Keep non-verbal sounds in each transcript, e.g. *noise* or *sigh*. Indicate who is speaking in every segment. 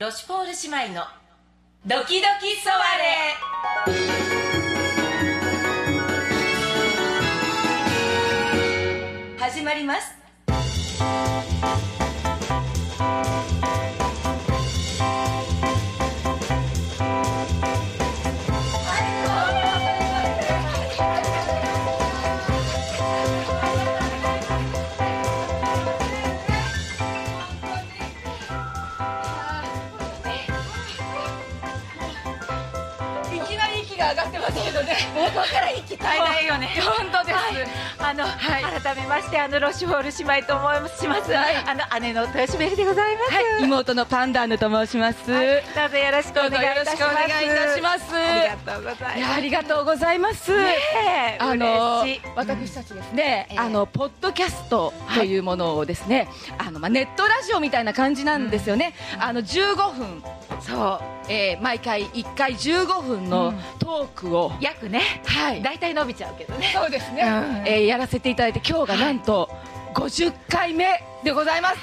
Speaker 1: ロシュポール姉妹のドキドキソワレ始まります
Speaker 2: いきなり息が上がってますけどね。
Speaker 1: ここから息絶えないよ *laughs* ね
Speaker 2: 本当です。
Speaker 1: あの、改めましてあのロシュポール姉妹と思いますします、あの姉の豊島エリでございます、
Speaker 2: はい、妹のパンダーヌと申します。
Speaker 1: はいどうぞよろしくお
Speaker 2: ど
Speaker 1: 願いいたします
Speaker 2: うぞよろしくお願いいたします
Speaker 1: ありがとうござ
Speaker 2: い
Speaker 1: い
Speaker 2: や
Speaker 1: ます
Speaker 2: ありがとうございます。
Speaker 1: ねえ
Speaker 2: あの
Speaker 1: 嬉しい
Speaker 2: 私たちですね、
Speaker 1: ええ
Speaker 2: あのポッドキャストというものをですね、あのまあネットラジオみたいな感じなんですよね。あの15分、
Speaker 1: そう
Speaker 2: えー毎回1回15分のトークを、
Speaker 1: 約ね
Speaker 2: はい、
Speaker 1: 大体伸びちゃうけどね
Speaker 2: そうですね
Speaker 1: うん
Speaker 2: えーやらせていただいて今日がなんと50回目でございます。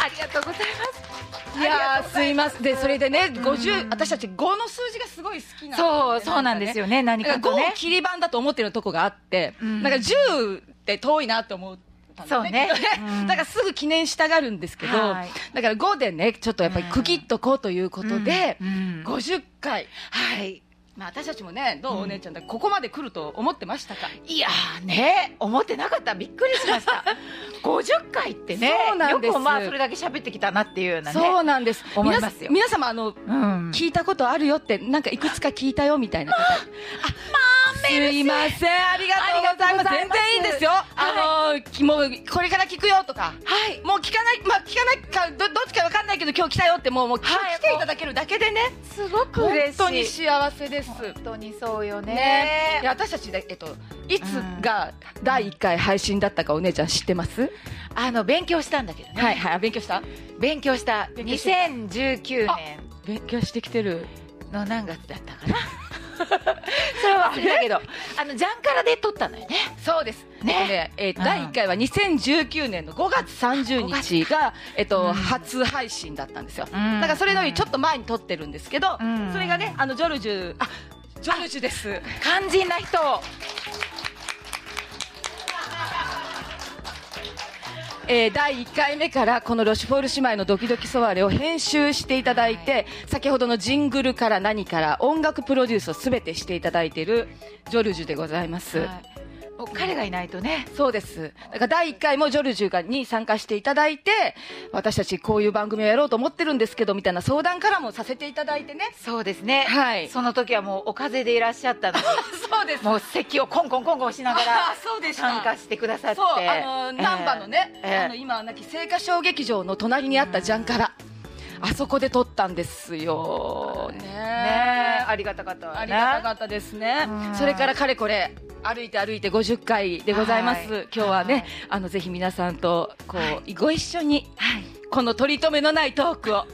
Speaker 1: ありがとうございます
Speaker 2: いやーすいませんでそれでね50私たち5の数字がすごい好きなん
Speaker 1: そう、そうなんですよね、何
Speaker 2: だ
Speaker 1: か
Speaker 2: か
Speaker 1: と
Speaker 2: ら5を
Speaker 1: ね。
Speaker 2: 切り板だと思ってるとこがあって
Speaker 1: うん
Speaker 2: なんか10って遠いなと思ったんだよね
Speaker 1: そうね
Speaker 2: きっと
Speaker 1: *laughs* う
Speaker 2: *laughs*
Speaker 1: ん
Speaker 2: だからすぐ記念したがるんですけど
Speaker 1: はい
Speaker 2: だから5でねちょっとやっぱり区切っとこうということで
Speaker 1: うんうん
Speaker 2: 50回
Speaker 1: はい。
Speaker 2: まあ私たちもねどうお姉ちゃんだここまで来ると思ってましたか
Speaker 1: いやーね、思ってなかった、びっくりしま *laughs* した。50回ってね、
Speaker 2: そうなんです
Speaker 1: よくまあ、それだけ喋ってきたなっていうようなね。
Speaker 2: そうなんです
Speaker 1: 思いますよ
Speaker 2: 皆さ皆様あの
Speaker 1: うん。
Speaker 2: 聞いたことあるよってなんかいくつか聞いたよみたいな
Speaker 1: *laughs*
Speaker 2: 方すいませんありがとうございます
Speaker 1: ありがとうござい
Speaker 2: 全
Speaker 1: ます
Speaker 2: 然いいんですよ、あのきもうこれから聞くよとか
Speaker 1: はい。
Speaker 2: もう聞かないまあ聞かないかどどっちかわかんないけど今日来たよってもうもう、
Speaker 1: はい
Speaker 2: 来ていただけるだけでね
Speaker 1: すごく
Speaker 2: 本
Speaker 1: 嬉しい。
Speaker 2: 当に幸せです
Speaker 1: 本当にそうよ
Speaker 2: ね
Speaker 1: ね。
Speaker 2: で私たちでえっといつが第一回配信だったかお姉ちゃん知ってます、
Speaker 1: あの、勉強したんだけどね。
Speaker 2: はいはいあ勉強した
Speaker 1: 勉強した。
Speaker 2: 勉強した
Speaker 1: 2019年
Speaker 2: 勉強してきてる
Speaker 1: の何月だったか *laughs* な。それは忘れたけど、あの、ジャンカラで撮ったのよね。
Speaker 2: そうです。
Speaker 1: ね
Speaker 2: ね、えー
Speaker 1: うん
Speaker 2: 第1回は2019年の5月30日が、えっと、
Speaker 1: うん
Speaker 2: 初配信だったんですよ。だ
Speaker 1: ん
Speaker 2: からそれよりちょっと前に撮ってるんですけど、
Speaker 1: うん
Speaker 2: それがね、あの、ジョルジュ、あ、ジョルジュです。
Speaker 1: 肝心な人を。
Speaker 2: えー第1回目からこのロシュフォール姉妹のドキドキソワレを編集していただいて、
Speaker 1: は
Speaker 2: 先ほどのジングルから何から音楽プロデュースをすべてしていただいているジョルジュでございます。
Speaker 1: はいもう彼がいないとね、
Speaker 2: そうです。だから第1回もジョルジュがに参加していただいて、私たちこういう番組をやろうと思ってるんですけど、みたいな相談からもさせていただいてね。
Speaker 1: そうですね、
Speaker 2: はい
Speaker 1: その時はもうお風邪でいらっしゃった *laughs* のに、
Speaker 2: *laughs* そうです。
Speaker 1: もう席をコンコンコンコンしながら
Speaker 2: あ
Speaker 1: *laughs*
Speaker 2: ー *laughs* そうでした
Speaker 1: 参加してくださって、
Speaker 2: そう、あの、難波のね、
Speaker 1: えー
Speaker 2: あの、今はなき青果小劇場の隣にあったジャンから、あそこで撮ったんですよ。ね
Speaker 1: えーねえありがたかったわね、
Speaker 2: ありがたかったですね
Speaker 1: う。ん
Speaker 2: それからかれこれ歩いて歩いて50回でございます。
Speaker 1: はい
Speaker 2: 今日はね、
Speaker 1: はい
Speaker 2: あのぜひ皆さんとこう、
Speaker 1: は
Speaker 2: ご一緒に
Speaker 1: はい、
Speaker 2: この取り留めのないトークを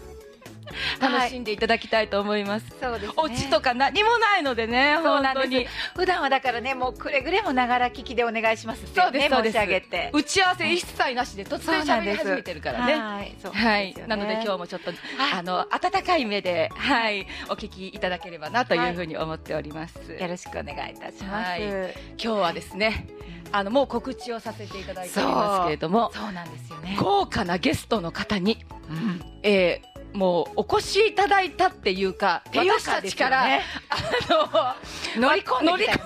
Speaker 2: 楽しんでいただきたいと思います。
Speaker 1: そうですね、
Speaker 2: オチとか何もないのでね、
Speaker 1: *laughs* そう
Speaker 2: 本
Speaker 1: なん
Speaker 2: 当
Speaker 1: で
Speaker 2: に
Speaker 1: す。普段はだからね、もうくれぐれもながら聞きでお願いしますって
Speaker 2: そう
Speaker 1: ね、
Speaker 2: です、そうで
Speaker 1: 申
Speaker 2: す。
Speaker 1: し上げて。
Speaker 2: 打ち合わせ一切なしで突然喋り始めてるからね。
Speaker 1: はい、そう
Speaker 2: は
Speaker 1: なんで
Speaker 2: い
Speaker 1: すよ
Speaker 2: な
Speaker 1: ね
Speaker 2: ので今日もちょっと、あの温かい目で、はい、お聞きいただければなというふうに思っております。
Speaker 1: よろしくお願いいたします。
Speaker 2: はい今日はですね、あのもう告知をさせていただいておりますけれども、
Speaker 1: そうなんですよね。
Speaker 2: 豪華なゲストの方に、
Speaker 1: うん
Speaker 2: えーもうお越しいただいたっていうか、
Speaker 1: ていうか
Speaker 2: 私たちから、
Speaker 1: で
Speaker 2: あの乗り
Speaker 1: 込んできたよね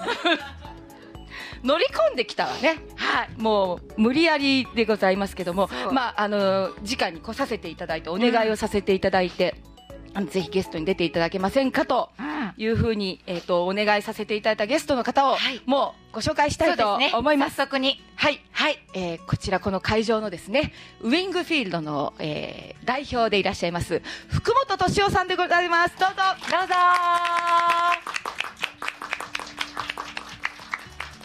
Speaker 2: *laughs* 乗り込んできたわね。
Speaker 1: はい。
Speaker 2: もう無理やりでございますけども
Speaker 1: そ、う
Speaker 2: まああの直に来させていただいてお願いをさせていただいて、あのぜひゲストに出ていただけませんかと。いうふうに、えっ、と、お願いさせていただいたゲストの方を、
Speaker 1: はい
Speaker 2: もうご紹介した
Speaker 1: そ
Speaker 2: いう
Speaker 1: です
Speaker 2: と
Speaker 1: ね。
Speaker 2: 思います。
Speaker 1: 早速に。
Speaker 2: はい、
Speaker 1: はい。
Speaker 2: えーこちらこの会場のですね、ウィングフィールドの、えー代表でいらっしゃいます、福本敏夫さんでございます。どうぞ。
Speaker 1: どうぞ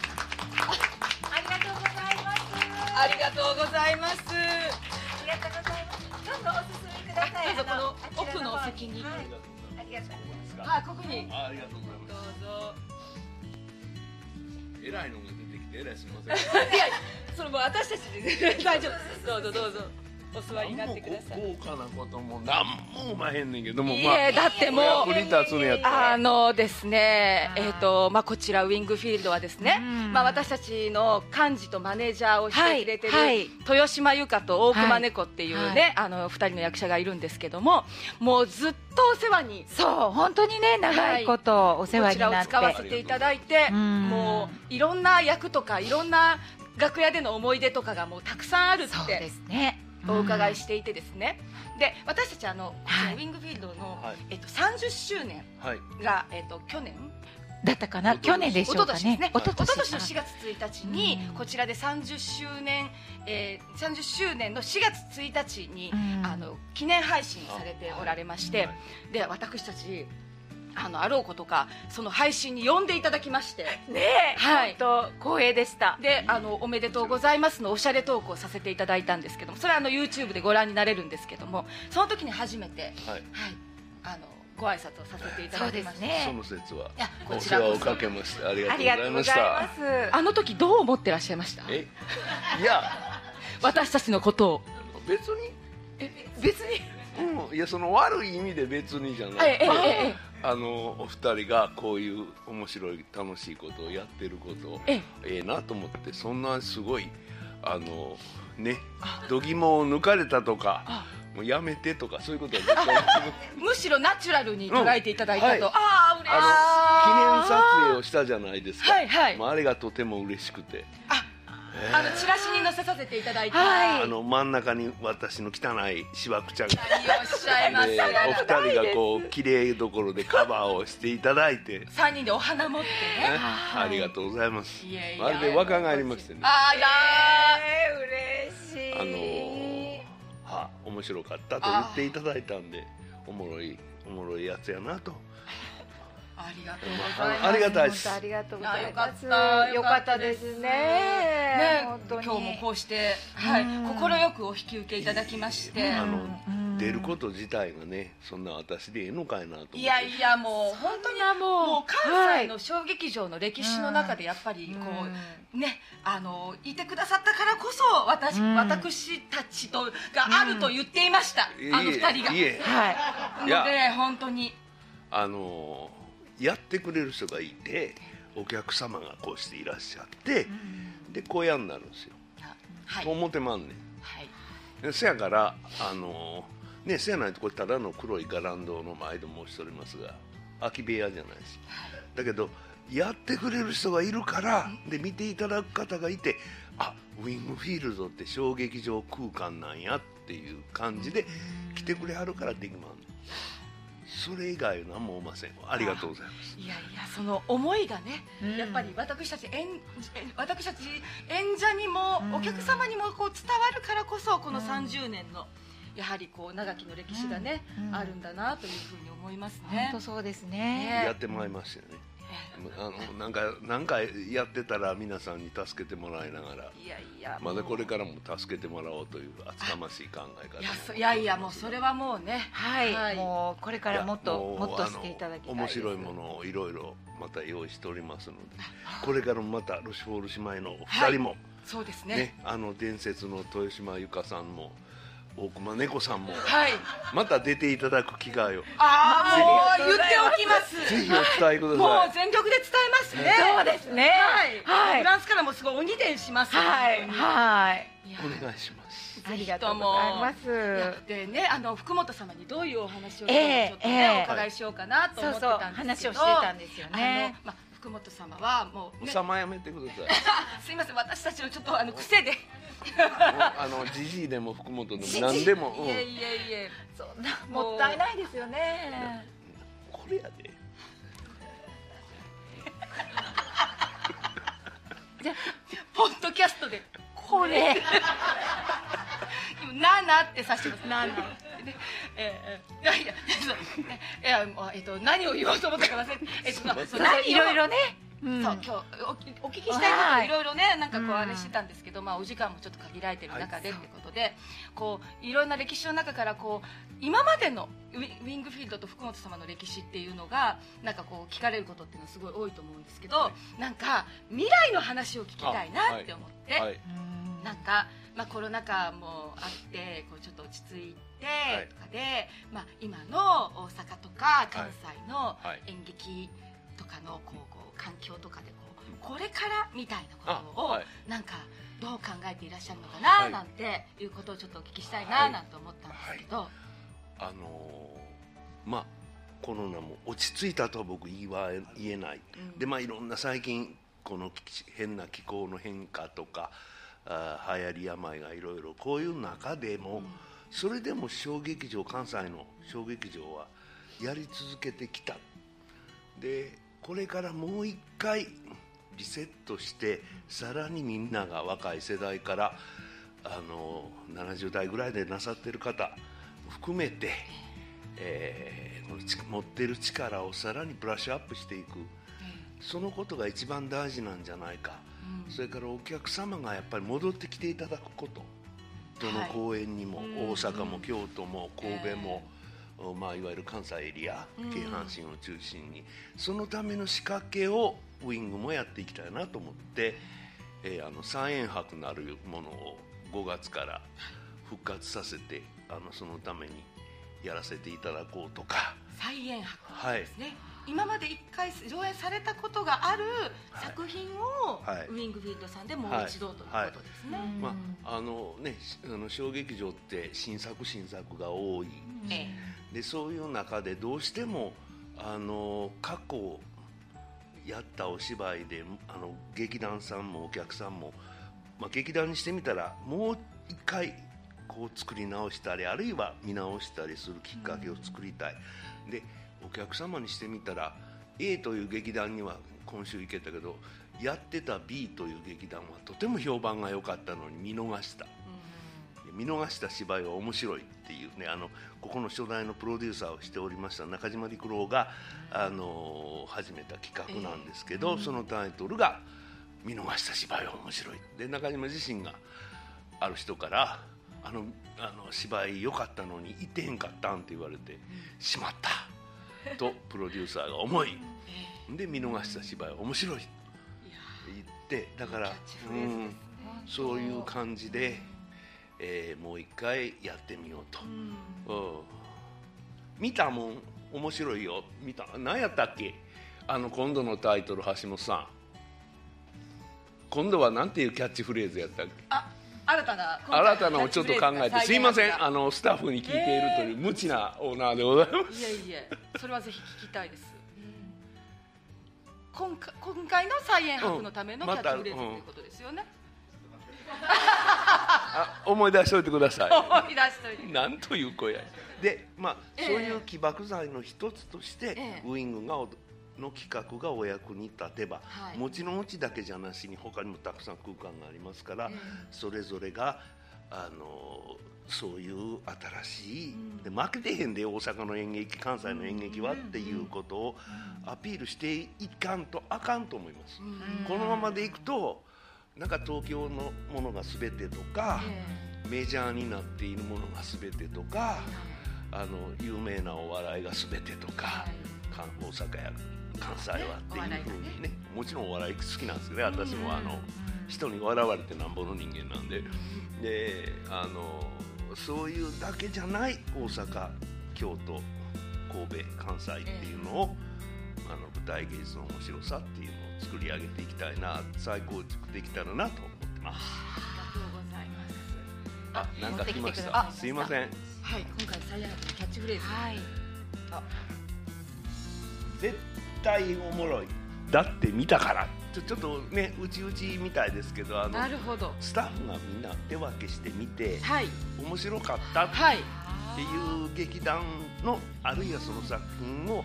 Speaker 1: ありがとうございます。
Speaker 2: ありがとうございます。
Speaker 1: ありがとうございます。どうぞお進みください。
Speaker 2: あどうぞ
Speaker 1: あ
Speaker 2: この奥のお席に
Speaker 1: はいありがとうございます。
Speaker 2: はい、ここに。
Speaker 3: あありがとうござい
Speaker 2: ど
Speaker 3: ま
Speaker 2: うぞ。
Speaker 3: す。えらいのが出てきて、えらいすみませ
Speaker 2: *laughs*
Speaker 3: ん。
Speaker 2: いや、それもう私たちで大丈夫です。どうぞどうぞ。お座りになってください。
Speaker 3: 豪華なことも何もおまへんねんけども、
Speaker 2: いい
Speaker 3: まあ
Speaker 2: え、だってもう
Speaker 3: 役に立つのやったら
Speaker 2: あのですね、
Speaker 1: はい
Speaker 2: えっ、と、まあ、こちらウィングフィールドはですね、
Speaker 1: うん
Speaker 2: まあ、私たちの幹事とマネージャーをしてくれてる、
Speaker 1: はいはい
Speaker 2: 豊島由香と大熊猫っていうね、
Speaker 1: はいは
Speaker 2: あの二人の役者がいるんですけども、もうずっとお世話に。
Speaker 1: そう本当にね長いことお世
Speaker 2: こ
Speaker 1: 話
Speaker 2: ち
Speaker 1: に
Speaker 2: ら
Speaker 1: な
Speaker 2: を
Speaker 1: って
Speaker 2: 使わせていただいて、
Speaker 1: うん
Speaker 2: もういろんな役とかいろんな楽屋での思い出とかがもうたくさんある
Speaker 1: そう
Speaker 2: っ
Speaker 1: で
Speaker 2: て
Speaker 1: すね
Speaker 2: お伺い
Speaker 1: て
Speaker 2: していてですね、で私たちあの、
Speaker 1: はい
Speaker 2: ウィングフィールドの、
Speaker 3: はい
Speaker 2: えっと、30周年
Speaker 3: はい
Speaker 2: が、えっと、去年
Speaker 1: だったかな
Speaker 3: 一昨
Speaker 1: 去
Speaker 3: 年
Speaker 1: 年で
Speaker 2: 一
Speaker 1: しょ
Speaker 2: 昨
Speaker 1: うか
Speaker 2: 年です
Speaker 1: ね
Speaker 2: ね一昨年の
Speaker 1: あ
Speaker 2: 4月1日に
Speaker 1: うん
Speaker 2: こちらで30周年、えー30周年の4月1日に、
Speaker 1: うん
Speaker 2: あの記念配信をされておられまして、
Speaker 3: はい
Speaker 2: で私たちあのあろうことかその配信に呼んでいただきまして
Speaker 1: *laughs* ねえ、
Speaker 2: はい
Speaker 1: 本当光栄でした
Speaker 2: であの「おめでとうございます」のおしゃれ投稿させていただいたんですけどもそれはあの YouTube でご覧になれるんですけどもその時に初めて、
Speaker 3: はい
Speaker 2: はい、あのご挨拶をさせていただきまして、
Speaker 1: ね
Speaker 3: その説はい
Speaker 2: やこ
Speaker 3: お
Speaker 2: ち
Speaker 3: 世
Speaker 2: ら
Speaker 3: 話
Speaker 2: こ
Speaker 3: を
Speaker 2: そ
Speaker 3: かけましてありが
Speaker 1: あ
Speaker 3: と
Speaker 1: り
Speaker 3: うご
Speaker 1: が
Speaker 3: ざ
Speaker 1: と
Speaker 3: いうま
Speaker 1: ござ
Speaker 3: し
Speaker 1: いま
Speaker 3: た
Speaker 1: す
Speaker 2: あの時どう思ってらっしゃいました
Speaker 3: えいや
Speaker 2: 私たちのことを
Speaker 3: 別に
Speaker 2: 別に
Speaker 3: うんいやその悪い意味で別にじゃな
Speaker 2: ええ
Speaker 3: い
Speaker 2: ええ
Speaker 3: あのお二人がこういう面白い楽しいことをやってることを
Speaker 2: ええ
Speaker 3: ええなと思ってそんなすごいあのね度肝を抜かれたとかもうやめてとかそういうことは絶対
Speaker 2: むしろナチュラルに捉えていただいたと、
Speaker 3: うんはい
Speaker 2: ああ嬉しい
Speaker 3: *laughs* あの記念撮影をしたじゃないですか、
Speaker 2: はいはい
Speaker 3: もうあれがとても嬉しくて
Speaker 2: あのチラシに載せさせていただいた、
Speaker 1: はい
Speaker 3: あの真ん中に私の汚いしわくちゃが
Speaker 2: いらっしゃいまし
Speaker 3: で
Speaker 2: た
Speaker 3: お二人がこう綺麗どころでカバーをしていた
Speaker 2: *laughs*
Speaker 3: だいて、ね、
Speaker 2: 3人でお花持ってね
Speaker 3: ありがとうございます
Speaker 2: いやいや
Speaker 3: まるで若返りましてねあ
Speaker 2: あら
Speaker 1: えー、
Speaker 3: の
Speaker 1: 嬉しい
Speaker 3: ーは面白かったと言っていただいたんでおもろいおもろいやつやなと
Speaker 2: ーありがとうございます
Speaker 3: あありがたいです
Speaker 1: 本当ありがとうございます
Speaker 2: あよ
Speaker 1: よ
Speaker 2: か
Speaker 1: か
Speaker 2: っ
Speaker 1: ったた
Speaker 2: で
Speaker 1: です
Speaker 2: ね
Speaker 1: すね
Speaker 2: ね
Speaker 1: 本当
Speaker 2: 今
Speaker 1: に
Speaker 2: 日もこうしてはい
Speaker 1: うん
Speaker 2: 快くお引き受けいただきまして
Speaker 3: あの
Speaker 1: うん
Speaker 3: 出ること自体がねそんな私でええのかいなと思って
Speaker 2: いやいやもう本当にもう
Speaker 1: もう
Speaker 2: 関西の小劇場の歴史の中でやっぱりこうねあのいてくださったからこそ私
Speaker 1: うん
Speaker 2: 私たちとがあると言っていました
Speaker 3: いえいえ
Speaker 2: あの二人が
Speaker 3: いえ
Speaker 1: はい
Speaker 2: の
Speaker 3: いや
Speaker 2: で本当に
Speaker 3: あのやってくれる人がいてお客様がこうしていらっしゃって、で小屋になるんですよ、
Speaker 2: はい
Speaker 3: と思ってまんねん
Speaker 2: はい
Speaker 3: でせやから、あのーね、せやないとこれただの黒いガランドの前で申しておりますが空き部屋じゃないしだけどやってくれる人がいるからで見ていただく方がいてあウィングフィールドって小劇場空間なんやっていう感じで来てくれはるからできまんねんそれ以外は何もおませんありがとうございます
Speaker 2: いやいやその思いがね、
Speaker 1: うん
Speaker 2: やっぱり私たち演私たち演者にも、
Speaker 1: うん
Speaker 2: お客様にもこう伝わるからこそこの30年の、やはりこう長きの歴史がね、
Speaker 1: うん
Speaker 2: あるんだなというふうに思います
Speaker 1: 本
Speaker 2: ね
Speaker 1: 当。そうです
Speaker 2: ね
Speaker 1: ね
Speaker 3: やってもらいましたよねあのなんかなんかやってたら皆さんに助けてもらいながら
Speaker 2: いやいや、
Speaker 3: まだこれ
Speaker 2: ら
Speaker 3: からも助けてもらおうという厚かましい考え方
Speaker 2: いやそいやいやもうそれはもうね、
Speaker 1: はい、
Speaker 2: はい
Speaker 1: もうこれか
Speaker 3: い
Speaker 1: ら
Speaker 3: や
Speaker 1: もっと
Speaker 3: う
Speaker 1: もっとしていただきたい
Speaker 3: あの面白いものをいろいろまた用意しておりますのでこれからもまたロシュフォール姉妹のお二人も、
Speaker 2: そうですね
Speaker 3: ねあの伝説の豊島由香さんも大熊猫さん
Speaker 2: *laughs*
Speaker 3: も
Speaker 2: はい
Speaker 3: また出ていただく機会を
Speaker 2: ああ
Speaker 1: ぜ
Speaker 2: も
Speaker 1: ひ
Speaker 2: う言っておきます
Speaker 3: ぜひお伝えくだ
Speaker 2: も
Speaker 3: さ
Speaker 2: う全力で伝えますね
Speaker 1: そうですね
Speaker 2: はい、
Speaker 1: はい
Speaker 2: フランスからもすごい鬼伝します
Speaker 1: はい
Speaker 2: 本当に
Speaker 1: はい
Speaker 2: いや
Speaker 3: いお願いします
Speaker 1: ありがとうございま
Speaker 2: い
Speaker 1: す
Speaker 2: やでねあの福本様にどういうお話をちょっと
Speaker 1: ええ
Speaker 2: ね、
Speaker 1: ええ
Speaker 2: お伺いしようかなと思
Speaker 1: そう
Speaker 2: って
Speaker 1: そう
Speaker 2: たんです
Speaker 1: 話
Speaker 2: け
Speaker 1: を
Speaker 2: ど、
Speaker 1: してたんですよね
Speaker 2: あのまあ福本様はもう、
Speaker 3: お
Speaker 2: ね、
Speaker 3: さまやめてくだ
Speaker 2: *laughs*
Speaker 3: さい
Speaker 2: あすいません私たちのちょっとあの癖で
Speaker 3: あのじじいでも福本でも何でも、うん
Speaker 2: いえいえいえ
Speaker 1: そんなもったいないですよね
Speaker 3: これやで
Speaker 2: ポッドキャストで
Speaker 1: これ
Speaker 2: 今ナナってさしてますナナでええええいやいやそうねいやもうえっと何を言おうと思ったか忘れてえっとまあそう何を
Speaker 1: いろいろねうん
Speaker 2: そう今日お聞お聞きしたいことを
Speaker 1: はい
Speaker 2: いろいろねなんかこう
Speaker 1: うん
Speaker 2: あれしてたんですけど、まあ、お時間もちょっと限られてる中でってことで、い、こういろんな歴史の中からこう今までのウィウィングフィールドと福本様の歴史っていうのがなんかこう聞かれることっていうのはすごい多いと思うんですけど、なんか未来の話を聞きたいなって思って、
Speaker 3: はい
Speaker 2: なんかまあ、コロナ禍もあってこうちょっと落ち着いて
Speaker 3: はい
Speaker 2: とかで、まあ、今の大阪とか関西の
Speaker 3: はい
Speaker 2: 演劇とかのこうこう環境とかでこうこれからみたいなことを、
Speaker 3: あはい
Speaker 2: なんかどう考えていらっしゃるのか
Speaker 3: は
Speaker 2: ないなんていうことをちょっとお聞きしたい
Speaker 3: は
Speaker 2: ないなんて思ったんですけど、
Speaker 3: あのーまあコロナも落ち着いたとは僕言いは言えない、
Speaker 2: うん
Speaker 3: でまあいろんな最近この気変な気候の変化とかあー流行り病がいろいろこういう中でも、それでも小劇場関西の小劇場はやり続けてきたでこれからもう一回リセットしてさらにみんなが若い世代からあの70代ぐらいでなさってる方含めて、えーこのち持ってる力をさらにブラッシュアップしていくそのことが一番大事なんじゃないか、
Speaker 2: うん
Speaker 3: それからお客様がやっぱり戻ってきていただくことどの
Speaker 2: はい
Speaker 3: 公園にも、
Speaker 2: うん
Speaker 3: 大阪も京都も神戸も
Speaker 2: え、
Speaker 3: おまあ、いわゆる関西エリア
Speaker 2: うん
Speaker 3: 京阪神を中心に、そのための仕掛けをウイングもやっていきたいなと思って、えーあの三円博なるものを5月から復活させてあのそのためにやらせていただこうとか。
Speaker 2: 再演博
Speaker 3: はい
Speaker 2: ですね、今まで一回上演されたことがある
Speaker 3: はい
Speaker 2: 作品を、
Speaker 3: はい
Speaker 2: ウィングフィールドさんでもう一度ということですね、
Speaker 1: うん
Speaker 3: まああのね、しあの小劇場って新作新作が多い、
Speaker 2: ええ
Speaker 3: でそういう中でどうしてもあの過去やったお芝居であの劇団さんもお客さんも、まあ、劇団にしてみたらもう一回こう作り直したりあるいは見直したりするきっかけを作りたい、でお客様にしてみたら A という劇団には今週行けたけどやってた B という劇団はとても評判が良かったのに見逃した。見逃した芝居は面白いっていうねあのここの初代のプロデューサーをしておりました中島陸郎が、あの始めた企画なんですけど、そのタイトルが「見逃した芝居は面白い」で中島自身がある人から「あのあの芝居良かったのに行ってへんかったん」って言われて「しまった」とプロデューサーが思いで見逃した芝居は面白いっ
Speaker 2: い
Speaker 3: て
Speaker 2: や
Speaker 3: 言ってだから
Speaker 2: キャッチフレーズですね
Speaker 3: うんそういう感じで。えーもう一回やってみようと、うん見たもん面白いよ見た何やったっけあの今度のタイトル橋本さん今度はなんていうキャッチフレーズやったっけ
Speaker 2: あ新たな今回
Speaker 3: 新たなをちょっと考えてすいませ
Speaker 2: 再演
Speaker 3: ん
Speaker 2: が
Speaker 3: あのスタッフに聞いているという無知なオーナーでございます
Speaker 2: いやいやそれはぜひ聞きたいです、今回今回の再演博のためのキ
Speaker 3: うん
Speaker 2: ャ
Speaker 3: ま
Speaker 2: ッ
Speaker 3: た
Speaker 2: チフレーズということですよね、
Speaker 3: あ思い出しておいてくださ *laughs* い
Speaker 2: 思い出しといて
Speaker 3: なんという声やでまあ、
Speaker 2: ええ
Speaker 3: そういう起爆剤の一つとして、
Speaker 2: ええ
Speaker 3: ウイングがおの企画がお役に立てば、
Speaker 2: はい
Speaker 3: もちろんうちだけじゃなしに他にもたくさん空間がありますから、
Speaker 2: ええ
Speaker 3: それぞれがあのそういう新しい、で負けてへんで大阪の演劇関西の演劇はっていうことをアピールしていかんとあかんと思います。このままでいくとなんか東京のものが全てとか、メジャーになっているものが全てとかあの有名なお笑いが全てとか、か大阪や関西はっていうふうにねもちろんお笑い好きなんですけどね私もあの人に笑われてなんぼの人間なんでであのそういうだけじゃない大阪京都神戸関西っていうのを、あの舞台芸術の面白さっていうのを作り上げていきたいな再構築できたらなと思ってます。
Speaker 2: ありがとうございます
Speaker 3: あ、なんか来ました。あすいません。
Speaker 2: はい今回再演博のキャッチフレーズはい
Speaker 3: 絶対おもろい。だって見たから。ちょちょっとね、うちうちみたいですけど、あの
Speaker 2: なるほど
Speaker 3: スタッフがみんな手分けして見て
Speaker 2: はい
Speaker 3: 面白かったっ
Speaker 2: はい
Speaker 3: ていう劇団のあるいはその作品を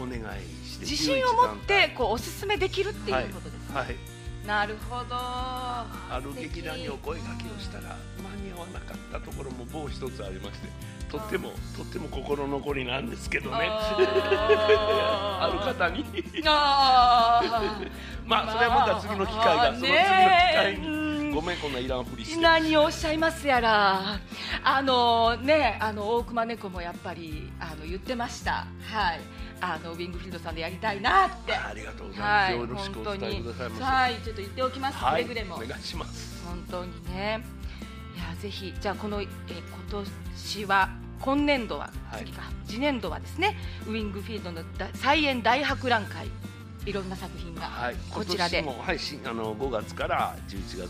Speaker 3: お願いして
Speaker 2: 自信を持っ
Speaker 3: 11団
Speaker 2: てこうおすすめできるって
Speaker 3: 体はいいう
Speaker 2: ことです、
Speaker 3: はい。
Speaker 2: なるほど
Speaker 3: あ
Speaker 2: あ
Speaker 3: る劇団にお声掛けをしたら間に合わなかったところも某一つありまして、とってもとっても心残りなんですけどね。ある方に。
Speaker 2: あ *laughs* ー
Speaker 3: まあそれはまた次の機会
Speaker 2: まあ
Speaker 3: がその次の機会
Speaker 2: ねうん
Speaker 3: にごめんこんないらんふりして
Speaker 2: 何をおっしゃいますやらあのねあの大熊猫もやっぱりあの言ってましたはいあのウィングフィールドさんでやりたいなって
Speaker 3: ありがとうございま
Speaker 2: は
Speaker 3: す
Speaker 2: い
Speaker 3: よろしくお
Speaker 2: 本
Speaker 3: 伝
Speaker 2: 当
Speaker 3: え
Speaker 2: に
Speaker 3: くださいませ
Speaker 2: はいちょっと言っておきます、
Speaker 3: はい
Speaker 2: くれぐれも
Speaker 3: お願いします
Speaker 2: 本当にねぜひじゃあこの、えー今年は今年度は、
Speaker 3: はい
Speaker 2: 次か次年度はですねウィングフィールドのだ菜園大博覧会いろんな作品が、
Speaker 3: はい、
Speaker 2: こちらで
Speaker 3: 今年も、はい、しあの5月から11月っていう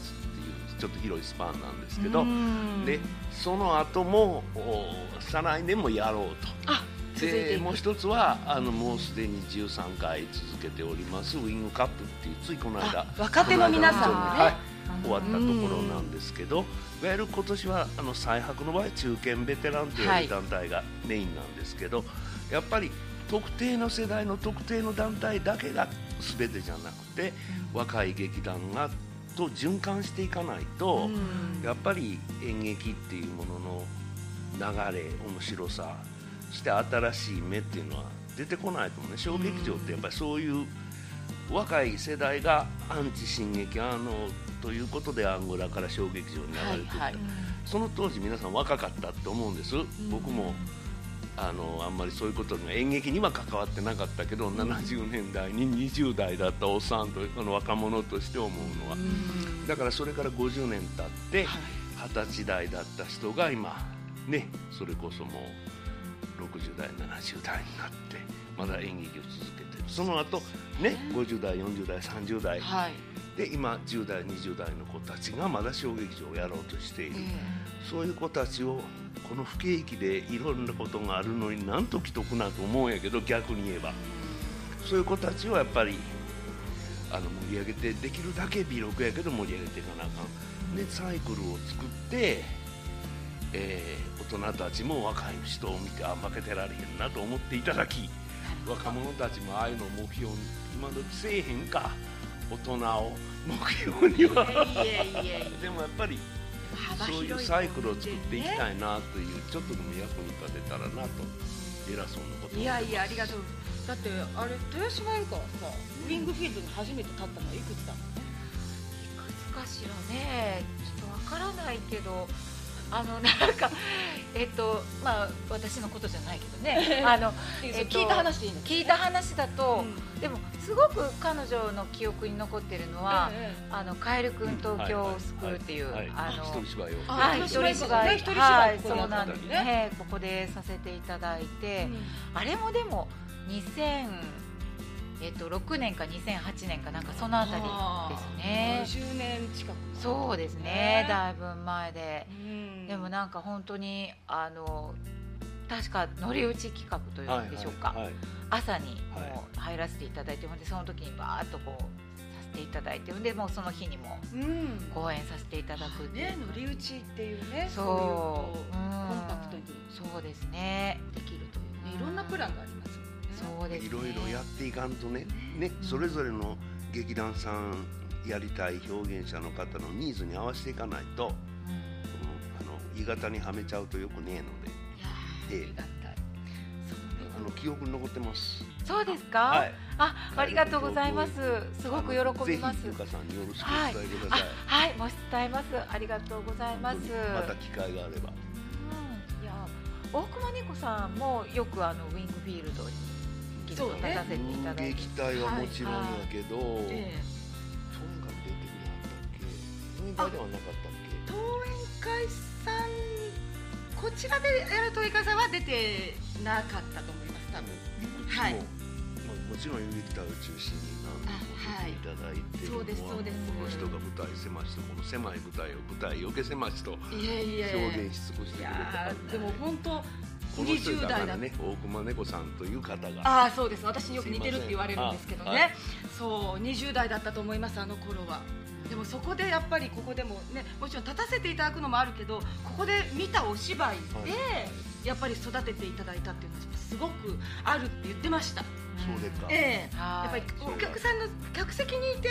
Speaker 3: ちょっと広いスパンなんですけ
Speaker 2: う
Speaker 3: ど
Speaker 2: ん
Speaker 3: でその後もお再来年もやろうと。
Speaker 2: あ続いて
Speaker 3: で
Speaker 2: いく
Speaker 3: もう一つはあのもうすでに13回続けておりますウィングカップっていうついこの間
Speaker 2: あ若手の皆
Speaker 1: さん
Speaker 3: この間
Speaker 1: もね
Speaker 3: はい終わったところなんですけどいわゆる今年はあの再博の場合中堅ベテランとい
Speaker 2: はいう
Speaker 3: 団体がメインなんですけど、やっぱり特定の世代の特定の団体だけが全てじゃなくて若い劇団がと循環していかない
Speaker 2: う
Speaker 3: と、
Speaker 2: ん
Speaker 3: やっぱり演劇っていうものの流れ面白さそして新しい目っていうのは出てこないと思うね小劇場ってやっぱりそういう若い世代がアンチ進撃あのということでアンゴラから小劇場に流れていった、
Speaker 2: はいはい
Speaker 3: その当時皆さん若かったと思うんです、僕もあのあんまりそういうことには演劇には関わってなかったけど、70年代に20代だったおっさんとあの若者として思うのは、
Speaker 2: うん
Speaker 3: だからそれから50年経って、
Speaker 2: はい
Speaker 3: 二十歳代だった人が今ねそれこそもう60代70代になってまだ演劇を続けてるその後ね50代40代30代
Speaker 2: はい
Speaker 3: で今10代20代の子たちがまだ小劇場をやろうとしている
Speaker 2: ええ
Speaker 3: そういう子たちをこの不景気でいろんなことがあるのになんと既得なと思うんやけど逆に言えばそういう子たちをやっぱりあの盛り上げてできるだけ微力やけど盛り上げていかなあかんでサイクルを作って、えー大人たちも若い人を見てあ負けてられへんなと思っていただき若者たちもああいうのを目標に今時せえへんか大人を目標には
Speaker 2: いえいえいえ
Speaker 3: *laughs* でもやっぱり
Speaker 2: 幅
Speaker 3: そう
Speaker 2: 広い
Speaker 3: いうサイクルを作っていきたいなという、ちょっとでも役に立てたらなと偉そうなことを
Speaker 2: いやいやありがとうだってあれ豊島園からさウィングフィールドに初めて立ったのはいくつだもんね
Speaker 1: くつかしらねちょっとわからないけどあのなんか *laughs* えっとまあ私のことじゃないけどねあのえっと
Speaker 2: 聞いた話でいいの
Speaker 1: 聞いた話だと、
Speaker 2: うん
Speaker 1: でもすごく彼女の記憶に残ってるのは、
Speaker 2: ええ
Speaker 1: あのカエル君東京スクールっていう、
Speaker 3: はいはいはい
Speaker 1: あの
Speaker 3: 一人芝居を
Speaker 2: あ
Speaker 1: はい、
Speaker 2: 一
Speaker 1: 一
Speaker 2: 人芝
Speaker 1: 人芝
Speaker 2: 居
Speaker 1: 居、
Speaker 2: 一人芝居
Speaker 1: はい、
Speaker 2: こ
Speaker 3: こ
Speaker 1: そう
Speaker 3: の
Speaker 1: な
Speaker 3: 中
Speaker 1: ん
Speaker 3: にね
Speaker 1: ですね、ここでさせていただいて、あれもでも2000えっと6年か2008年かなんかそのあたりですね。
Speaker 2: 50年近く
Speaker 1: そうですね、だいぶ前で、
Speaker 2: うん
Speaker 1: でもなんか本当にあの確か乗り打ち企画というんでしょうか、
Speaker 3: はいはい
Speaker 1: 朝にもう入らせていただいて、ほんでその時にバーっとこうさせていただいて、ほんでもうその日にも
Speaker 2: うん
Speaker 1: 公演させていただくっていう
Speaker 2: ね乗り打ちっていうね
Speaker 1: そう
Speaker 2: そういうこ
Speaker 1: うん
Speaker 2: コンパクトに
Speaker 1: そうですね
Speaker 2: うできるというねいろんなプランがありますもんね
Speaker 1: そうですね
Speaker 3: いろいろやっていかんとねね
Speaker 1: うん
Speaker 3: それぞれの劇団さんやりたい表現者の方のニーズに合わせていかないと、
Speaker 1: うん
Speaker 3: うんあの言い方にはめちゃうとよくね
Speaker 2: あ
Speaker 3: えので、え
Speaker 2: り
Speaker 3: え
Speaker 2: がたい
Speaker 3: あの記憶に残ってます。
Speaker 1: そうですか、
Speaker 3: はい、
Speaker 1: あありがとうございますすごく喜びま
Speaker 3: あのぜひ
Speaker 1: す
Speaker 3: ゆかさんによろしくお伝えくだ
Speaker 1: あ
Speaker 3: さい。
Speaker 1: はいもう伝えますありがとうございます
Speaker 3: 本当にまた機会があれば。
Speaker 1: うんいや大熊猫さんもよくあのウィングフィールドにギフトを立たせていただいて、
Speaker 3: 劇隊はもちろんやけど、
Speaker 2: ええ
Speaker 3: そういうのが出てみなかったっけ。そういう場ではなかったっけ。
Speaker 2: 登園会さんこちらでやる登園会さんは出てなかったと思います多分はい
Speaker 3: もまあ、もちろんユニッターを中心に何度も出ていただいてるのは、
Speaker 2: あはいそうですそうです
Speaker 3: この人が舞台狭しとこの狭い舞台を舞台余計狭しと
Speaker 2: いやいやいや
Speaker 3: 表現し尽くしてく
Speaker 2: い
Speaker 3: れては
Speaker 2: や
Speaker 3: る
Speaker 2: ーでも本当
Speaker 3: この人
Speaker 2: 20
Speaker 3: だ
Speaker 2: 代
Speaker 3: から
Speaker 2: だ
Speaker 3: ね大熊猫さんという方が
Speaker 2: ああそうです私によく似てるって言われるんですけど
Speaker 3: すいません
Speaker 2: ねそう20代だったと思いますあの頃はでもそこでやっぱりここでもねもちろん立たせていただくのもあるけどここで見たお芝居
Speaker 3: はい
Speaker 2: でやっぱり育てていただいたっていうのはすごくあるって言ってました
Speaker 3: そうですか
Speaker 2: ええや
Speaker 1: や
Speaker 2: っぱりお客さんの客席にいて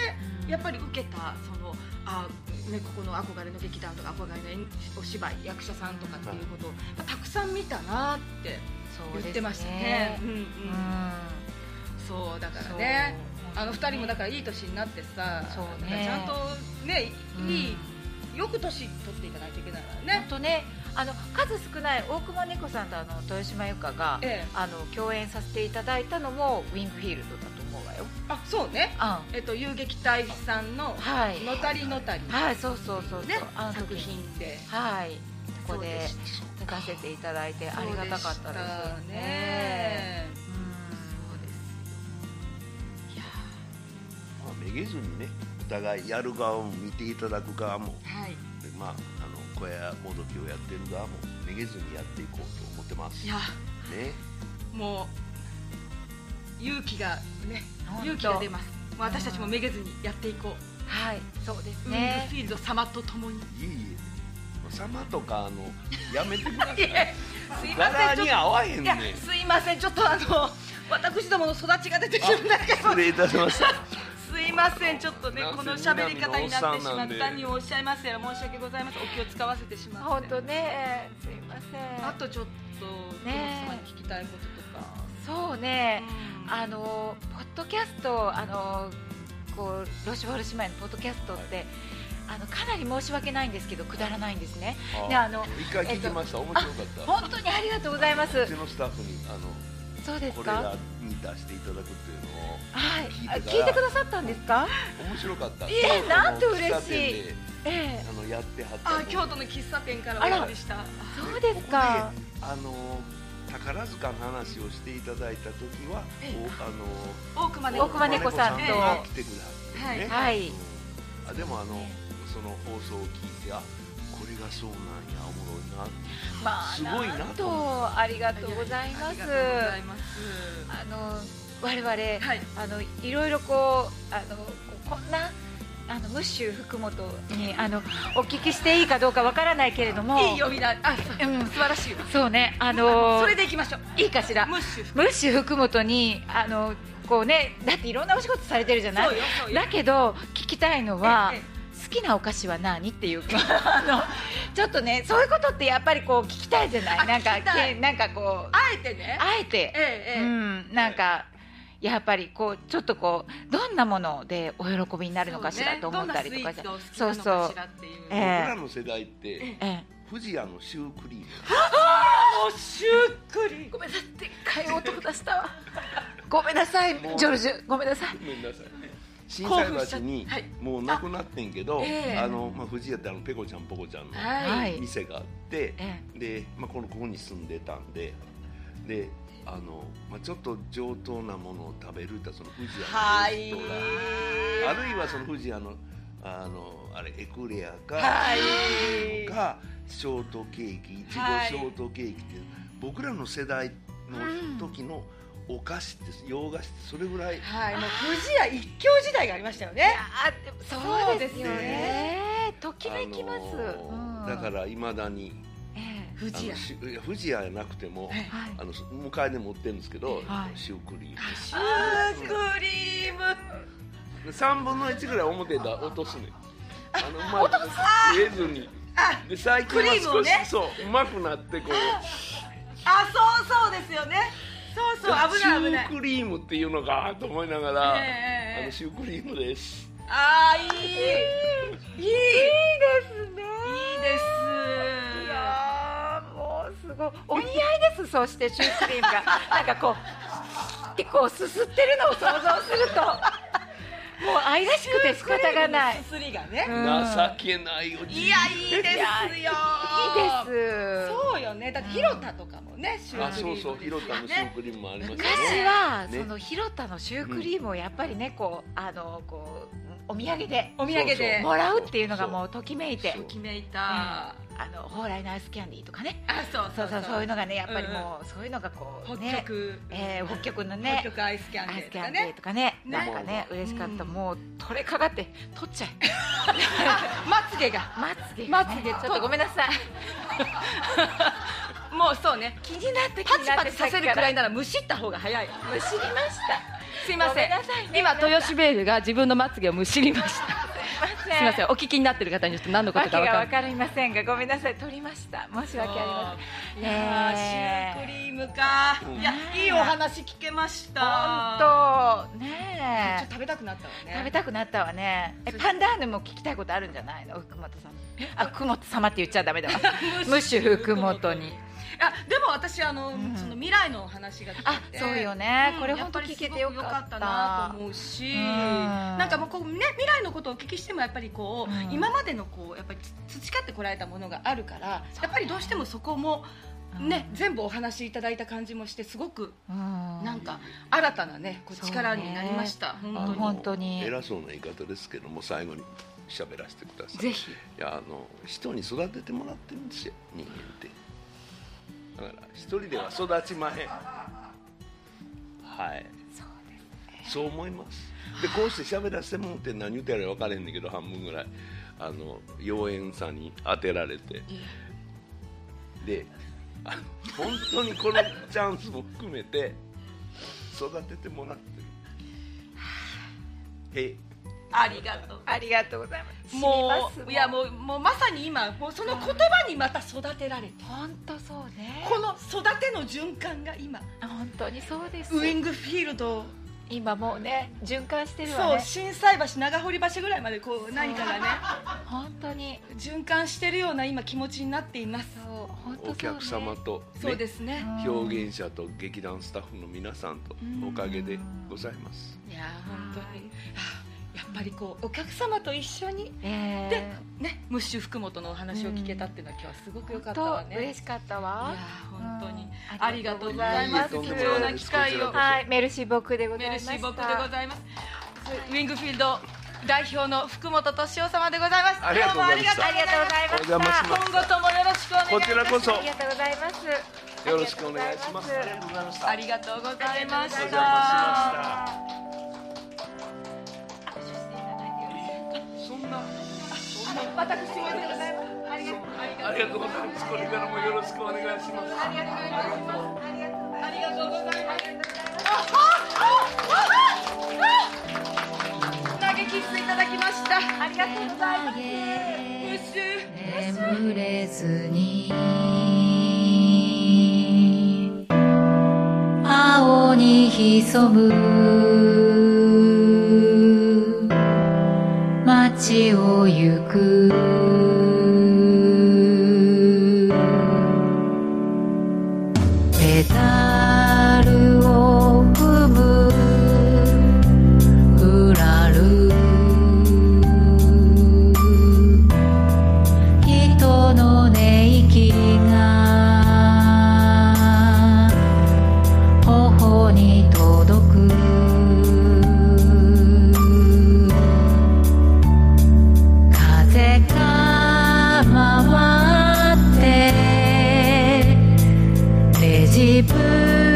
Speaker 2: やっぱり受けたそのあ、ね、ここの憧れの劇団とか憧れの演お芝居役者さんとかっていうことをたくさん見たなって言ってましたね。うんうん
Speaker 1: うん
Speaker 2: そうだから
Speaker 1: そう
Speaker 2: ねあの二人もだからいい年になってさ
Speaker 1: そうね
Speaker 2: だからちゃんとね
Speaker 1: うん
Speaker 2: いい、よく年取っていかないといけないから
Speaker 1: 本
Speaker 2: ね、
Speaker 1: 当ねあの数少ない大熊猫さんとあの豊島由香が
Speaker 2: ええ
Speaker 1: あの共演させていただいたのもウィングフィールドだと思うわよよ。
Speaker 2: あそうね
Speaker 1: あ
Speaker 2: えっと遊撃隊さんの
Speaker 1: は
Speaker 2: 「
Speaker 1: い。
Speaker 2: のたりのたり」
Speaker 1: はい、そうそうそうそう。
Speaker 2: ね
Speaker 1: あの
Speaker 2: 作
Speaker 1: 時に。
Speaker 2: 品で
Speaker 1: はい。こ
Speaker 2: そ
Speaker 1: こ
Speaker 2: う
Speaker 1: で
Speaker 2: で
Speaker 1: 出させていただいてありがたかっ
Speaker 2: そ
Speaker 1: たですよ
Speaker 2: うでした
Speaker 1: ね。
Speaker 2: ね
Speaker 1: うん
Speaker 2: いや
Speaker 3: まあ、めげずにねお互いやる側も見ていただく側も
Speaker 2: はい
Speaker 3: でまああの小屋もどきをやってる側もめげずにやっていこうと思ってます
Speaker 2: い
Speaker 3: ね
Speaker 2: やもう勇気がね
Speaker 1: 本当
Speaker 2: 勇気が出ますもう私たちもめげずにやっていこう、
Speaker 1: はい、そうです
Speaker 2: ウィング
Speaker 1: ね
Speaker 2: フ。ィールド様と共に
Speaker 3: いえいえ様とかあのやめてくだ
Speaker 1: *laughs*
Speaker 3: さい
Speaker 2: すいませんちょっ
Speaker 3: 柄に
Speaker 2: と
Speaker 3: 合わへん
Speaker 2: い
Speaker 3: ね
Speaker 2: や
Speaker 3: ん
Speaker 2: すいませんちょっとあの私どもの育ちが出てきてるんだけど
Speaker 3: 失礼いたしました
Speaker 2: すいませんちょっとね
Speaker 3: なんせ
Speaker 2: この喋り方になってしま
Speaker 3: 南のお
Speaker 2: ったにおっ
Speaker 3: っさんなんで
Speaker 2: しゃいますやら申し訳ございませんお気を使わせてしまっ
Speaker 1: 本
Speaker 2: て
Speaker 1: 当ね、すいません。
Speaker 2: あとちょっと
Speaker 1: ね
Speaker 2: ね様に聞きたいこととか、
Speaker 1: そうね、あのポッドキャストあのこうロシュワル姉妹のポッドキャストって、あのかなり申し訳ないんですけどくだら *laughs* ないんですね。であの
Speaker 3: 一回聞きました、面白かった
Speaker 1: 本当にありがとうございま
Speaker 3: う
Speaker 1: す
Speaker 3: ち。のスタッフにあの
Speaker 1: そうです
Speaker 3: これら
Speaker 1: か。
Speaker 3: に出していただくっていうのを
Speaker 1: はい、あ
Speaker 3: 聞いてから
Speaker 1: 聞いてくださったんですか。
Speaker 3: 面白かった
Speaker 1: いえなんて嬉しい
Speaker 3: 喫茶店で
Speaker 1: ええ、
Speaker 3: あのやってはったの
Speaker 2: あ京都の喫茶店からお呼びした
Speaker 1: そうですか。
Speaker 3: ここであの宝塚の話をしていただいた時は
Speaker 2: ええ
Speaker 3: おあの
Speaker 2: 大熊
Speaker 1: 大熊猫さんと
Speaker 3: 大熊猫が来てくださってね、
Speaker 1: はいはい
Speaker 3: うんあでもあのその放送を聞いてあこれがそうなんやおもろいなって
Speaker 1: まあ、
Speaker 3: すごいな
Speaker 1: なんとありが
Speaker 2: あ
Speaker 1: とうござい
Speaker 2: あ
Speaker 1: ます
Speaker 2: りが。とうございます
Speaker 1: あの我々、
Speaker 2: はい
Speaker 1: あのいろいろこうあのこんなあのムッシュ福本にあのお聞きしていいかどうかわからないけれども、
Speaker 2: いいよみんなあそう
Speaker 1: うん
Speaker 2: 素晴らしいわ
Speaker 1: そうね、あの
Speaker 2: それでいきましょう
Speaker 1: いいかしら。
Speaker 2: ムッシュ
Speaker 1: ムッシュ福本にあのこうね、だっていろんなお仕事されてるじゃない
Speaker 2: そう。よそうよ
Speaker 1: だけど聞きたいのは
Speaker 2: ええ
Speaker 1: 好きなお菓子は何って *laughs* いうあのちょっとねそういうことってやっぱりこう聞きたいじゃな
Speaker 2: あ
Speaker 1: いなんか
Speaker 2: 聞きたい
Speaker 1: けなんかこう
Speaker 2: あえてね
Speaker 1: あえて
Speaker 2: ええええ
Speaker 1: うん、なんか、やっぱりこうちょっとこうどんなものでお喜びになるのかしらと思ったりとかして
Speaker 2: そ
Speaker 1: そうう
Speaker 2: ね
Speaker 1: そ
Speaker 2: どんなスイーツがお好きなのか
Speaker 1: う
Speaker 2: しらっていう
Speaker 1: ええ
Speaker 3: 僕らの世代って
Speaker 1: ええ
Speaker 3: 富士屋のシュークリーム
Speaker 2: もうシュークリーム
Speaker 1: ごめんなさいでっかい音出したわごめんなさいジョルジュごめんなさい
Speaker 3: ごめんなさい震災
Speaker 2: 興奮しちゃ
Speaker 3: 橋に
Speaker 2: はい
Speaker 3: もうなくなってんけど、
Speaker 2: あええ
Speaker 3: あのまあ、富士屋ってあのペコちゃんポコちゃんの
Speaker 2: は
Speaker 1: はいい
Speaker 3: 店があって、
Speaker 1: え
Speaker 3: で、まあ、このここに住んでたんでであの、まあ、ちょっと上等なものを食べるってその富士
Speaker 2: はい
Speaker 3: 屋のレストラン、あるいはその富士屋のあのあれエクレアか、
Speaker 2: はい
Speaker 3: かショートケーキいちご
Speaker 2: はい
Speaker 3: ショートケーキっていう、僕らの世代の時のお菓子って洋菓子ってそれぐらい
Speaker 2: はいもう藤屋一強時代がありましたよね
Speaker 1: あでもそうですよ
Speaker 3: そうです
Speaker 1: ね時々きます、
Speaker 3: あの
Speaker 1: うん
Speaker 3: だからいまだに
Speaker 1: ええ
Speaker 3: あ
Speaker 2: 藤
Speaker 3: の
Speaker 2: 屋
Speaker 3: しいや富士屋じゃなくても、
Speaker 2: はい
Speaker 1: はい
Speaker 3: あの迎えで持ってるんですけど、
Speaker 1: はい
Speaker 3: シュークリーム
Speaker 2: シュークリーム
Speaker 3: 3分の1ぐらい表だ落とすねんあのうまいこと言えずにで最近は
Speaker 2: クリームを
Speaker 3: 少し、
Speaker 2: ね
Speaker 3: そううまくなってこう
Speaker 2: あそうそうですよねそうそう危ない危ない
Speaker 3: シュークリームっていうのかと思いながら、
Speaker 2: ええええ
Speaker 3: あのシュークリームです
Speaker 2: あーいいいいいい
Speaker 1: で
Speaker 2: で
Speaker 1: すね
Speaker 2: す
Speaker 1: いやーもうすごいお似合いですそしてシュークリーム *laughs* がなんかこうってこうすすってるのを想像するともう愛らしくて仕方がない、
Speaker 2: すりがね
Speaker 1: う
Speaker 3: 情けないおじ
Speaker 2: いやいいですよ
Speaker 1: いいです
Speaker 2: そうよねだって広田とかもねシュ
Speaker 3: あ
Speaker 2: ークリー
Speaker 3: そ
Speaker 2: ム
Speaker 3: うそうひろたのシュークリームもありましたね
Speaker 1: 昔は、
Speaker 3: ね
Speaker 1: その広田のシュークリームをやっぱりねこうあのこうお土産で
Speaker 2: お土産で
Speaker 1: もらうっていうのがもうときめいて
Speaker 3: そう
Speaker 2: 決めた
Speaker 1: あの蓬莱のアイスキャンディーとかね
Speaker 2: あそう
Speaker 1: そうそうそういうのがねやっぱり
Speaker 2: うんうん
Speaker 1: もうそういうのがこ
Speaker 2: 北
Speaker 1: うね
Speaker 2: 極
Speaker 1: えー北極のね
Speaker 2: 北極アイスキャン
Speaker 1: アイ
Speaker 2: デ
Speaker 1: ス
Speaker 2: ー
Speaker 1: キ
Speaker 2: と
Speaker 1: ャ
Speaker 2: か
Speaker 1: ンデー
Speaker 2: ね
Speaker 1: とかね、
Speaker 2: ね
Speaker 1: なんかね、嬉しかった、
Speaker 2: うん
Speaker 1: もう取れかかって、取っちゃえ、
Speaker 2: あまつげが
Speaker 1: まつげ、
Speaker 2: まつげ
Speaker 1: ちょっとごめんなさい、
Speaker 2: もうそうね
Speaker 1: 気になって、気
Speaker 2: パ
Speaker 1: に
Speaker 2: チ
Speaker 1: なっ
Speaker 2: パ
Speaker 1: て、
Speaker 2: チさせるくらい
Speaker 1: な、
Speaker 2: ならむしった方が早い
Speaker 1: むしりました、
Speaker 2: すいま
Speaker 1: ご
Speaker 2: せ
Speaker 1: め
Speaker 2: ん
Speaker 1: んなさいね
Speaker 2: 今豊吉ベールが自分のまつげをむしりました
Speaker 1: す
Speaker 2: すい
Speaker 1: み
Speaker 2: ませんお聞きになってる方にちょっと何のこ
Speaker 1: わ
Speaker 2: と
Speaker 1: け
Speaker 2: か分か
Speaker 1: が
Speaker 2: ん
Speaker 1: わ
Speaker 2: ない
Speaker 1: かりませんが、ごめんなさい、取りました、申し訳ありません。
Speaker 2: いやーシ
Speaker 1: ねえ
Speaker 2: ュークリームか、
Speaker 3: うん
Speaker 2: いやいいお話聞けました
Speaker 1: 本
Speaker 2: ち
Speaker 1: 当、
Speaker 2: ょっ
Speaker 1: ね
Speaker 2: と食べたくなったわね
Speaker 1: え、食べたくなったわね、え、パンダーヌも聞きたいことあるんじゃないの、福本さん。あ、福本様って言っちゃダメだわ、ムッシュ福本に。
Speaker 2: あでも私あの、
Speaker 1: ん
Speaker 2: その未来の話が聞けて
Speaker 1: あそうよねこれ
Speaker 2: うん
Speaker 1: 本当聞けてよかった
Speaker 2: やぱりすごく良なと思うし、
Speaker 1: うん
Speaker 2: なんかもうこう、ね、未来のことをお聞きしてもやっぱりこう、
Speaker 1: うん
Speaker 2: 今までのこうやっぱり培ってこられたものがあるからやっぱりどうしてもそこも、ね全部お話しいただいた感じもしてすごく
Speaker 1: な
Speaker 2: なんか新たな、ね、こう
Speaker 1: そうね
Speaker 2: 力になりました、
Speaker 3: あ
Speaker 2: 本
Speaker 3: の
Speaker 2: 当に
Speaker 1: 本当に
Speaker 3: 偉そうな言い方ですけども最後に喋らせてください
Speaker 2: ぜひ
Speaker 3: いやあの人に育ててもらってるんですよ人間ってだから一人では育ちまへんはい
Speaker 1: そう
Speaker 3: そう思いますでこうして喋らせてもらって何言うてやら分からへんねんけど半分ぐらいあの妖艶さに当てられてであの本当にこのチャンスも含めて育ててもらってるへい
Speaker 2: ありがとう
Speaker 1: ありがとうございます
Speaker 2: も
Speaker 1: 染みます
Speaker 2: ういやもうもうまさに今もうその言葉にまた育てられて
Speaker 1: 本当そうね
Speaker 2: この育ての循環が今
Speaker 1: 本当にそうです
Speaker 2: ウイングフィールド、
Speaker 1: 今もうね循環してるわ
Speaker 2: そう
Speaker 1: ね
Speaker 2: 心斎橋長堀橋ぐらいまでこう何かがね
Speaker 1: 本当に
Speaker 2: 循環してるような今気持ちになっています
Speaker 1: そう本当そうね
Speaker 3: お客様と、ね、
Speaker 2: そうですね
Speaker 3: 表現者と劇団スタッフの皆さんと
Speaker 1: うん
Speaker 3: おかげでございます。
Speaker 2: いやー本当にはあやっぱりこうお客様と一緒に
Speaker 1: うんえ
Speaker 2: でねムッシュ福本のお話を聞けたっていうのは今日はすごく良
Speaker 1: ー
Speaker 2: か
Speaker 1: 本
Speaker 2: ったわ
Speaker 1: 当嬉
Speaker 2: ね
Speaker 1: しかった
Speaker 2: い
Speaker 1: わ
Speaker 2: やー本当に
Speaker 1: うん
Speaker 2: ありがとうございます貴
Speaker 1: ありがとうございま
Speaker 2: 重
Speaker 1: す
Speaker 2: な機会を
Speaker 1: はいメルシーボックでござ
Speaker 2: メ
Speaker 1: いま
Speaker 2: ル
Speaker 1: し
Speaker 2: シ
Speaker 1: た
Speaker 2: ー僕でございます。ウィングフィールド代表の福本敏夫様でございます。
Speaker 3: ありがとうございました
Speaker 2: どもありがとうございま
Speaker 1: あ
Speaker 2: す。
Speaker 1: りがとうございました
Speaker 2: 今後ともよろしくお願いいたします。
Speaker 3: こちらこそ
Speaker 1: ありがとうございますありがとうござい
Speaker 3: よろしくお願いします。とうございまし
Speaker 2: ありがとうございまし
Speaker 3: お
Speaker 2: た。
Speaker 3: 邪魔しました。そんな、そんな、
Speaker 2: 私もでございます。ありがとう
Speaker 3: ありがとうございます。これからもよろしくお願いします。
Speaker 2: ありがとうございます。投げキッスいただきました。ありがとうございます。ムッシュ。
Speaker 4: 眠れずに青に潜む街を行くペタルを踏むふらる人の寝息が頬に届く風が回ってレジ袋